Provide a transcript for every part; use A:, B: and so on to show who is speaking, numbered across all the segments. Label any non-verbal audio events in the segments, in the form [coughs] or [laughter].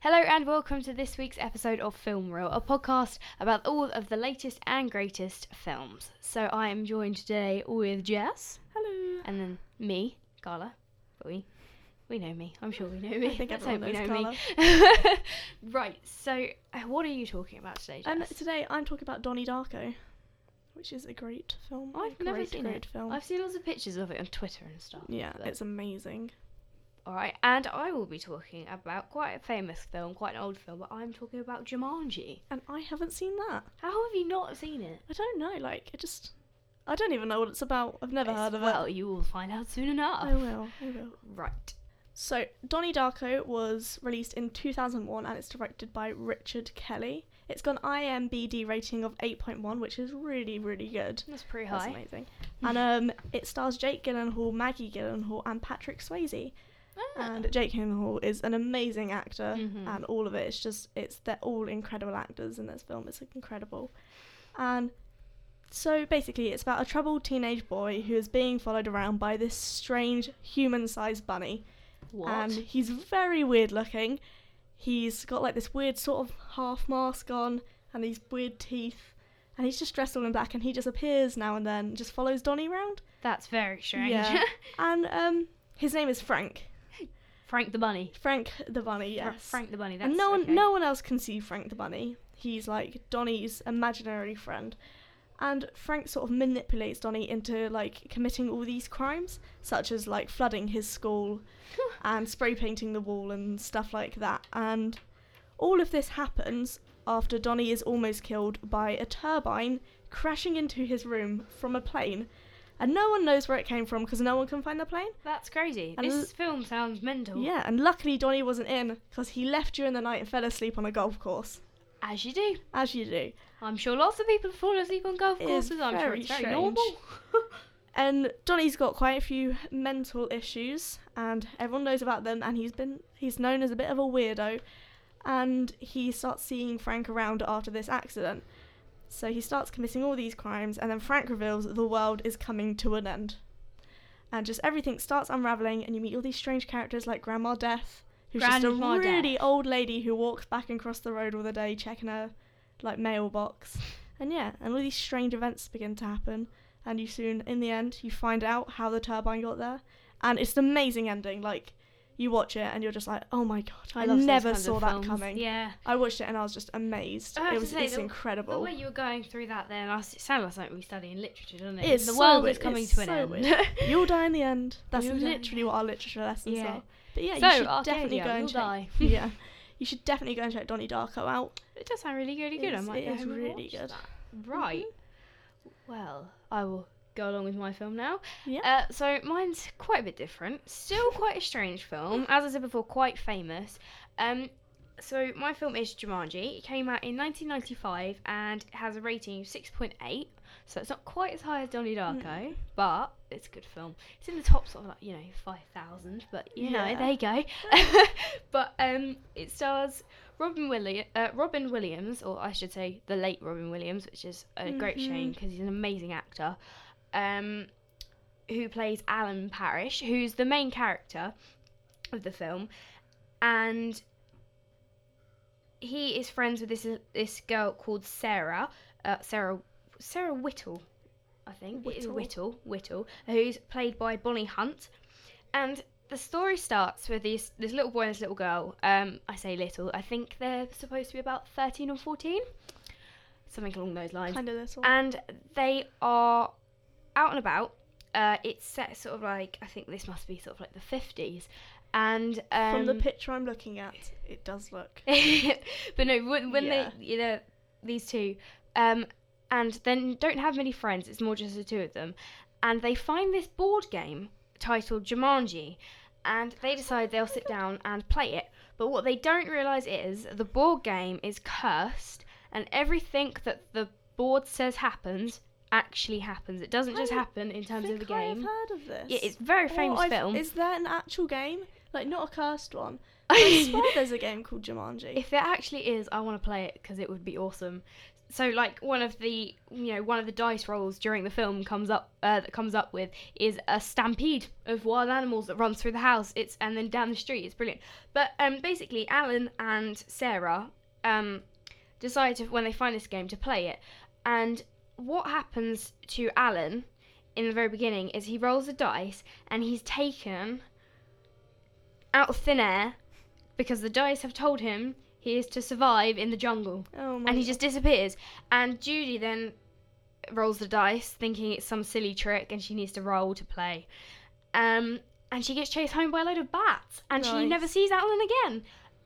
A: Hello and welcome to this week's episode of Film Reel, a podcast about all of the latest and greatest films. So I am joined today with Jess
B: Hello.
A: and then me, Carla. But we, we know me. I'm sure we know me.
B: [laughs] I think
A: Let's
B: everyone
A: hope
B: knows
A: me. [laughs] right. So uh, what are you talking about today, Jess?
B: Um, today I'm talking about Donnie Darko, which is a great film.
A: I've
B: a
A: never
B: great,
A: seen
B: great
A: it.
B: film.
A: I've seen lots of pictures of it on Twitter and stuff.
B: yeah,
A: but-
B: it's amazing.
A: All right, and I will be talking about quite a famous film, quite an old film, but I'm talking about Jumanji.
B: And I haven't seen that.
A: How have you not seen it?
B: I don't know. Like, it just. I don't even know what it's about. I've never
A: It's-
B: heard of
A: well,
B: it.
A: you will find out soon enough.
B: I will. I will.
A: Right.
B: So, Donnie Darko was released in 2001 and it's directed by Richard Kelly. It's got an IMBD rating of 8.1, which is really, really good.
A: That's pretty
B: That's
A: high.
B: amazing. and um, it stars Jake Gyllenhaal, Maggie Gyllenhaal, and Patrick Swayze.
A: Ah.
B: and Jake Gyllenhaal is an amazing actor,
A: Mhm.
B: and all of it. It's just it's they're all incredible actors in this film. It's incredible, and so basically, it's about a troubled teenage boy who is being followed around by this strange human-sized bunny,
A: what?
B: and he's very weird looking. He's got like this weird sort of half mask on, and these weird teeth. And he's just dressed all in black, and he just appears now and then, just follows Donnie round.
A: That's very strange. [laughs]
B: Yeah. And um, his name is Frank.
A: Frank the Bunny.
B: Frank the Bunny,
A: Fra-
B: yes.
A: Frank the Bunny. That's
B: and no one,
A: okay.
B: no one else can see Frank the Bunny. He's like Donnie's imaginary friend, and Frank sort of manipulates Donnie into like committing all these crimes, such as like flooding his school and spray painting the wall and stuff like that. And all of this happens after Donnie is almost killed by a turbine crashing into his room from a plane. And no one knows where it came from because no one can find the plane.
A: [laughs] That's crazy.
B: And
A: this film sounds mental.
B: Yeah, and luckily Donnie wasn't in because he left during the night and fell asleep on a golf course,
A: As you do.
B: as you do.
A: I'm sure lots of people fall asleep on golf
B: It
A: courses.
B: is
A: I'm sure
B: very
A: it's very
B: strange.
A: normal. [laughs]
B: And Donnie's got quite a few mental issues, and everyone knows about them. And he's been he's known as a bit of a weirdo, and he starts seeing Frank around after this accident. So he starts committing all these crimes, and then Frank reveals that the world is coming to an end. And just everything starts unraveling, and you meet all these strange characters like Grandma Death, who's just
A: Grandma
B: a really
A: Death.
B: old lady who walks back and across the road all the day checking her like mailbox. And yeah, and all these strange events begin to happen. And you soon, in the end, you find out how the turbine got there. And it's an amazing ending. Like, you watch it and you're just like, oh my god, I,
A: love those
B: never
A: kinds of
B: saw that
A: films.
B: coming.
A: Yeah.
B: I watched it and I was just amazed.
A: I have
B: It
A: to
B: was
A: say,
B: it's
A: the- The
B: incredible.
A: way you were going through that then, I s- it sounded like something we study in literature, doesn't it?
B: It's
A: the
B: so
A: world
B: weird.
A: is coming
B: It's
A: to an
B: so
A: end.
B: weird.
A: [laughs]
B: You'll die in the end. That's
A: You'll die.
B: literally what our literature lessons
A: Yeah.
B: are. But yeah,
A: So,
B: you should
A: Arcadia,
B: definitely go and
A: you'll
B: check.
A: die.
B: [laughs] yeah, you should definitely go and check Donnie Darko out.
A: [laughs] It does sound really, really good. I
B: It's-
A: might
B: it
A: go
B: is
A: home and
B: really
A: watch
B: good.
A: that. Right. Well, I will go along with my film now.
B: Mm-hmm. Yeah.
A: Uh, so mine's quite a bit different.
B: [laughs]
A: Still quite a strange film,
B: Mm.
A: as I said before, quite famous. Um, so my film is Jumanji. It came out in 1995 and it has a rating of 6.8. So it's not quite as high as Donnie Darko,
B: Mm.
A: but it's a good film. It's in the top sort of like you know 5,000, but you know
B: Yeah.
A: there you go. [laughs] but um, it stars Robin Willi- uh, Robin Williams, or I should say the late Robin Williams, which is a great
B: Mhm.
A: shame because he's an amazing actor. Um, who plays Alan Parrish, who's the main character of the film, and he is friends with this this girl called Sarah, uh, Sarah Sarah Whittle, I think it is
B: Whittle.
A: Whittle Whittle, who's played by Bonnie Hunt, and the story starts with this this little boy and this little girl. Um, I say little, I think they're supposed to be about thirteen or fourteen, something along those lines
B: Kind of little.
A: and they are out and about. Uh, it's set sort of like I think this must be sort of like the fifties, and um,
B: From the picture I'm looking at, it does look.
A: [laughs] but no, when, when
B: Yeah.
A: they you know these two, um, and then don't have many friends. It's more just the two of them, and they find this board game titled Jumanji, and they decide they'll sit down and play it. But what they don't realize is the board game is cursed, and everything that the board says happens actually happens. It doesn't just
B: I
A: happen in terms of the
B: think I have
A: game.
B: heard of this.
A: Yeah, it's a very
B: Or
A: famous
B: I've-
A: [laughs] film.
B: Is there an actual game? Like not a
A: [laughs]
B: cursed one. I swear there's a game called Jumanji.
A: If there actually is, I want to play it because it would be awesome. so like one of the you know one of the dice rolls during the film comes up uh, that comes up with is a stampede of wild animals that runs through the house it's and then down the street it's brilliant but um basically alan and sarah um decide to, when they find this game to play it and what happens to alan in the very beginning is he rolls a dice and he's taken out of thin air because the dice have told him he is to survive in the jungle
B: Oh my
A: and he just disappears. And Judy then rolls the dice, thinking it's some silly trick, and she needs to roll to play. Um, and she gets chased home by a load of bats, and she
B: Nice.
A: never sees Alan again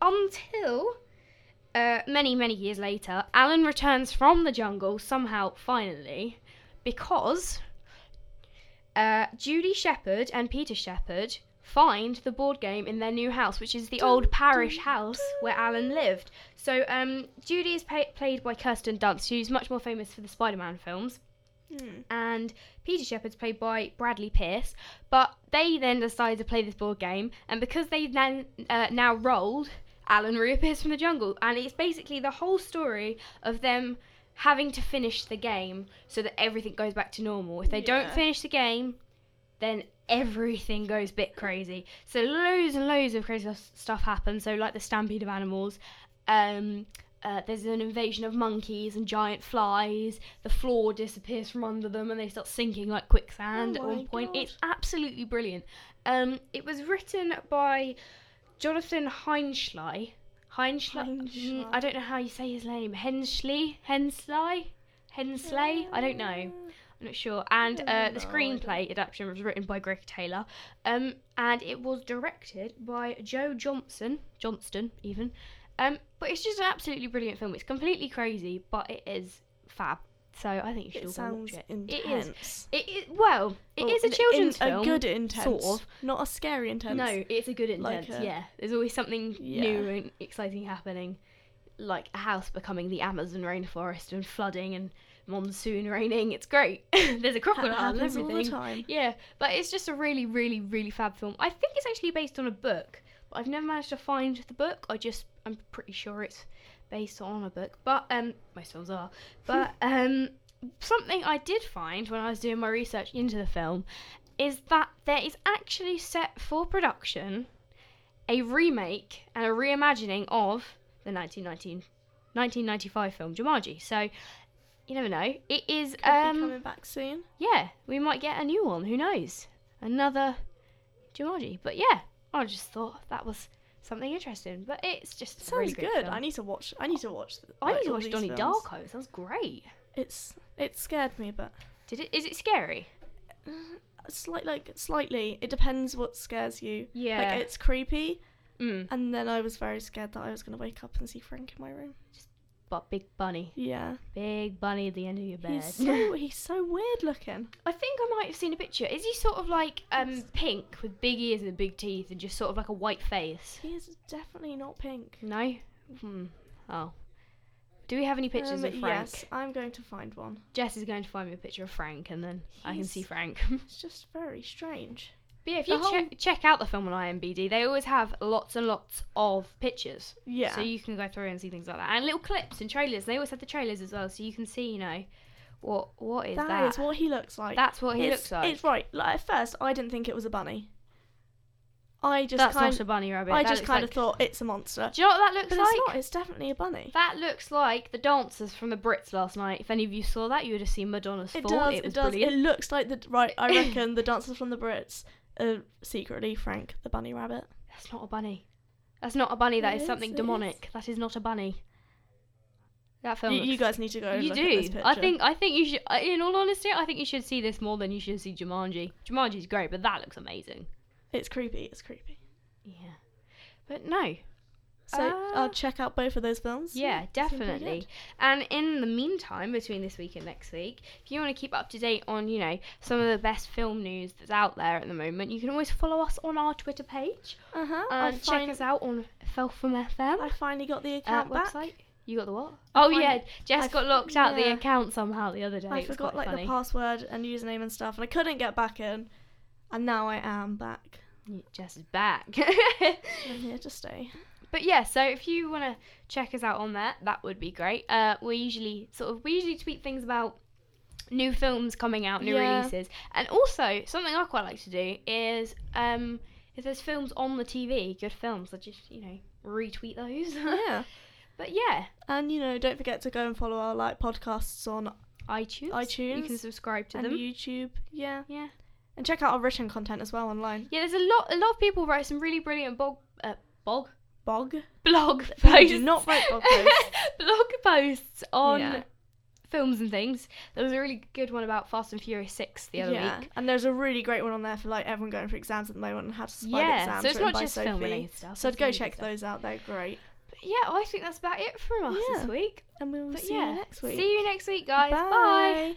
A: until uh, many, many years later. Alan returns from the jungle somehow, finally, because uh, Judy Shepherd and Peter Shepherd find the board game in their new house, which is the old parish house where Alan lived. So um, Judy is pa- played by Kirsten Dunst, who's much more famous for the Spider-Man films,
B: Hmm.
A: and Peter Shepherd's played by Bradley Pierce. But they then decide to play this board game, and because they've then uh, now rolled, Alan reappears from the jungle, and it's basically the whole story of them having to finish the game so that everything goes back to normal. If they don't
B: Yeah.
A: finish the game, then everything goes bit crazy. So loads and loads of crazy s- stuff happens. So like the stampede of animals. Um, uh, there's an invasion of monkeys and giant flies. The floor disappears from under them, and they start sinking like quicksand
B: Oh
A: at
B: my
A: one point.
B: God.
A: It's absolutely brilliant. Um, it was written by Jonathan Heinschley. Heinschley.
B: Heinschley.
A: I don't know how you say his name. Hensley. Hensley. Hensley. I don't know. I'm not sure. And
B: don't
A: uh,
B: know,
A: the
B: I don't-
A: screenplay adaptation was written by Greg Taylor, um, and it was directed by Joe Johnson, Johnston even. Um, but it's just an absolutely brilliant film. It's completely crazy, but it is fab. So I think you should
B: It
A: all go watch
B: sounds
A: it.
B: intense.
A: It is. It is. Well, it is a children's film.
B: A good intense,
A: sort of.
B: not a scary intense.
A: No, it's a good
B: Like
A: intense.
B: a-
A: yeah, there's always something
B: Yeah.
A: new and exciting happening, like a house becoming the Amazon rainforest and flooding and monsoon raining. It's great. [laughs] there's a
B: that
A: crocodile and
B: happens all the
A: everything.
B: time.
A: Yeah, but it's just a really, really, really fab film. I think it's actually based on a book, but I've never managed to find the book. I just, I'm pretty sure it's based on a book, but um, most films are.
B: [laughs]
A: But um, something I did find when I was doing my research into the film is that there is actually set for production a remake and a reimagining of the 1919 1995 film Jumanji. So you never know. It is
B: Could
A: um
B: be coming back soon.
A: yeah, we might get a new one. Who knows? Another Jumanji. But yeah, I just thought that was something interesting. But it's just a
B: Sounds
A: really great
B: good.
A: film.
B: I need to watch. I need to watch. th-
A: I
B: like,
A: need to
B: all
A: watch
B: these
A: Donnie
B: films.
A: Darko. It Sounds great.
B: It's it scared me, but uh,
A: Did it? Is it scary?
B: slight like slightly. It depends what scares you.
A: Yeah.
B: Like it's creepy,
A: Mm.
B: and then I was very scared that I was gonna wake up and see Frank in my room.
A: But big bunny,
B: Yeah.
A: big bunny at the end of your bed. [laughs]
B: He's [laughs] so he's so weird looking.
A: I think I might have seen a picture. Is he sort of like um
B: Yes.
A: pink with big ears and big teeth and just sort of like a white face?
B: He is definitely not pink.
A: No. Hmm. Oh. Do we have any pictures
B: Um,
A: of Frank?
B: Yes, I'm going to find one.
A: Jess is going to find me a picture of Frank, and then I can see
B: He's- [laughs]
A: Frank.
B: It's just very strange.
A: But yeah, if
B: The
A: you
B: whole-
A: check, check out the film on IMDb, they always have lots and lots of pictures.
B: Yeah.
A: So you can go through and see things like that, and little clips and trailers. They always have the trailers as well, so you can see, you know, what what is that?
B: that is what he looks like.
A: That's what he
B: It's-
A: looks like.
B: It's right. Like, at first, I didn't think it was a bunny. I just
A: That's
B: kind
A: not a bunny rabbit.
B: I
A: that
B: just
A: looks
B: kind
A: like-
B: of thought it's a monster.
A: Do you know what that
B: But
A: looks
B: it's
A: like?
B: not. It's definitely a bunny.
A: That looks like the dancers from the Brits last night. If any of you saw that, you would have seen Madonna's
B: It
A: fall.
B: does. It,
A: was
B: does.
A: brilliant.
B: It looks like the right. [coughs] I reckon the dancers from the Brits are secretly Frank the bunny rabbit.
A: That's not a bunny. That's not a bunny. That
B: It
A: is
B: is,
A: something
B: it is.
A: demonic. That is not a bunny. That film.
B: You, you
A: looks-
B: guys need to go. and
A: You
B: look At this
A: do. I
B: picture.
A: think. I think you should. I- In all honesty, I think you should see this more than you should see Jumanji. Jumanji's great, but that looks amazing.
B: it's creepy. It's creepy.
A: Yeah. But no.
B: So
A: Uh,
B: I'll check out both of those films.
A: Yeah,
B: they seem pretty
A: definitely.
B: good.
A: And in the meantime, between this week and next week, if you want to keep up to date on, you know, some of the best film news that's out there at the moment, you can always follow us on our Twitter page
B: Uh-huh. I,
A: and check
B: fin-
A: us out on Felfam
B: I
A: FM
B: finally got the
A: uh,
B: account back.
A: website. You got the what? Oh
B: find
A: yeah,
B: it-
A: Jess
B: I
A: got
B: f-
A: locked out the
B: yeah.
A: account somehow the other day.
B: I
A: It was
B: forgot
A: quite
B: like
A: funny.
B: the password and username and stuff, and I couldn't get back in, and now I am back.
A: Jess is back. [laughs]
B: I'm here to stay.
A: but yeah, so if you want to check us out on there, that would be great. Uh, we usually sort of we usually tweet things about new films coming out, new
B: Yeah.
A: releases, and also something I quite like to do is um, if there's films on the TV, good films, I just you know retweet those. [laughs]
B: yeah.
A: but yeah,
B: And you know, don't forget to go and follow our like podcasts on
A: iTunes, you
B: iTunes
A: can subscribe to
B: and
A: them.
B: YouTube. Yeah.
A: yeah,
B: And check out our written content as well online.
A: yeah. There's a lot. A lot of people write some really brilliant blog. Uh, blog.
B: Bog. [laughs]
A: Blog
B: We
A: posts.
B: do not write
A: [laughs]
B: blog posts.
A: blog posts on
B: Yeah.
A: films and things. There was a really good one about Fast and Furious Six the other
B: yeah.
A: week.
B: And there's a really great one on there for like everyone going for exams at the moment and how to survive
A: Yeah,
B: exams.
A: so it's
B: written
A: not
B: by
A: just
B: Sophie.
A: film related stuff.
B: So
A: it's
B: go
A: movie
B: check
A: stuff.
B: those out. They're great.
A: But yeah, I think that's about it from us
B: Yeah.
A: this week.
B: And we will
A: But
B: see
A: yeah,
B: you next week.
A: see you next week, guys. Bye.
B: Bye.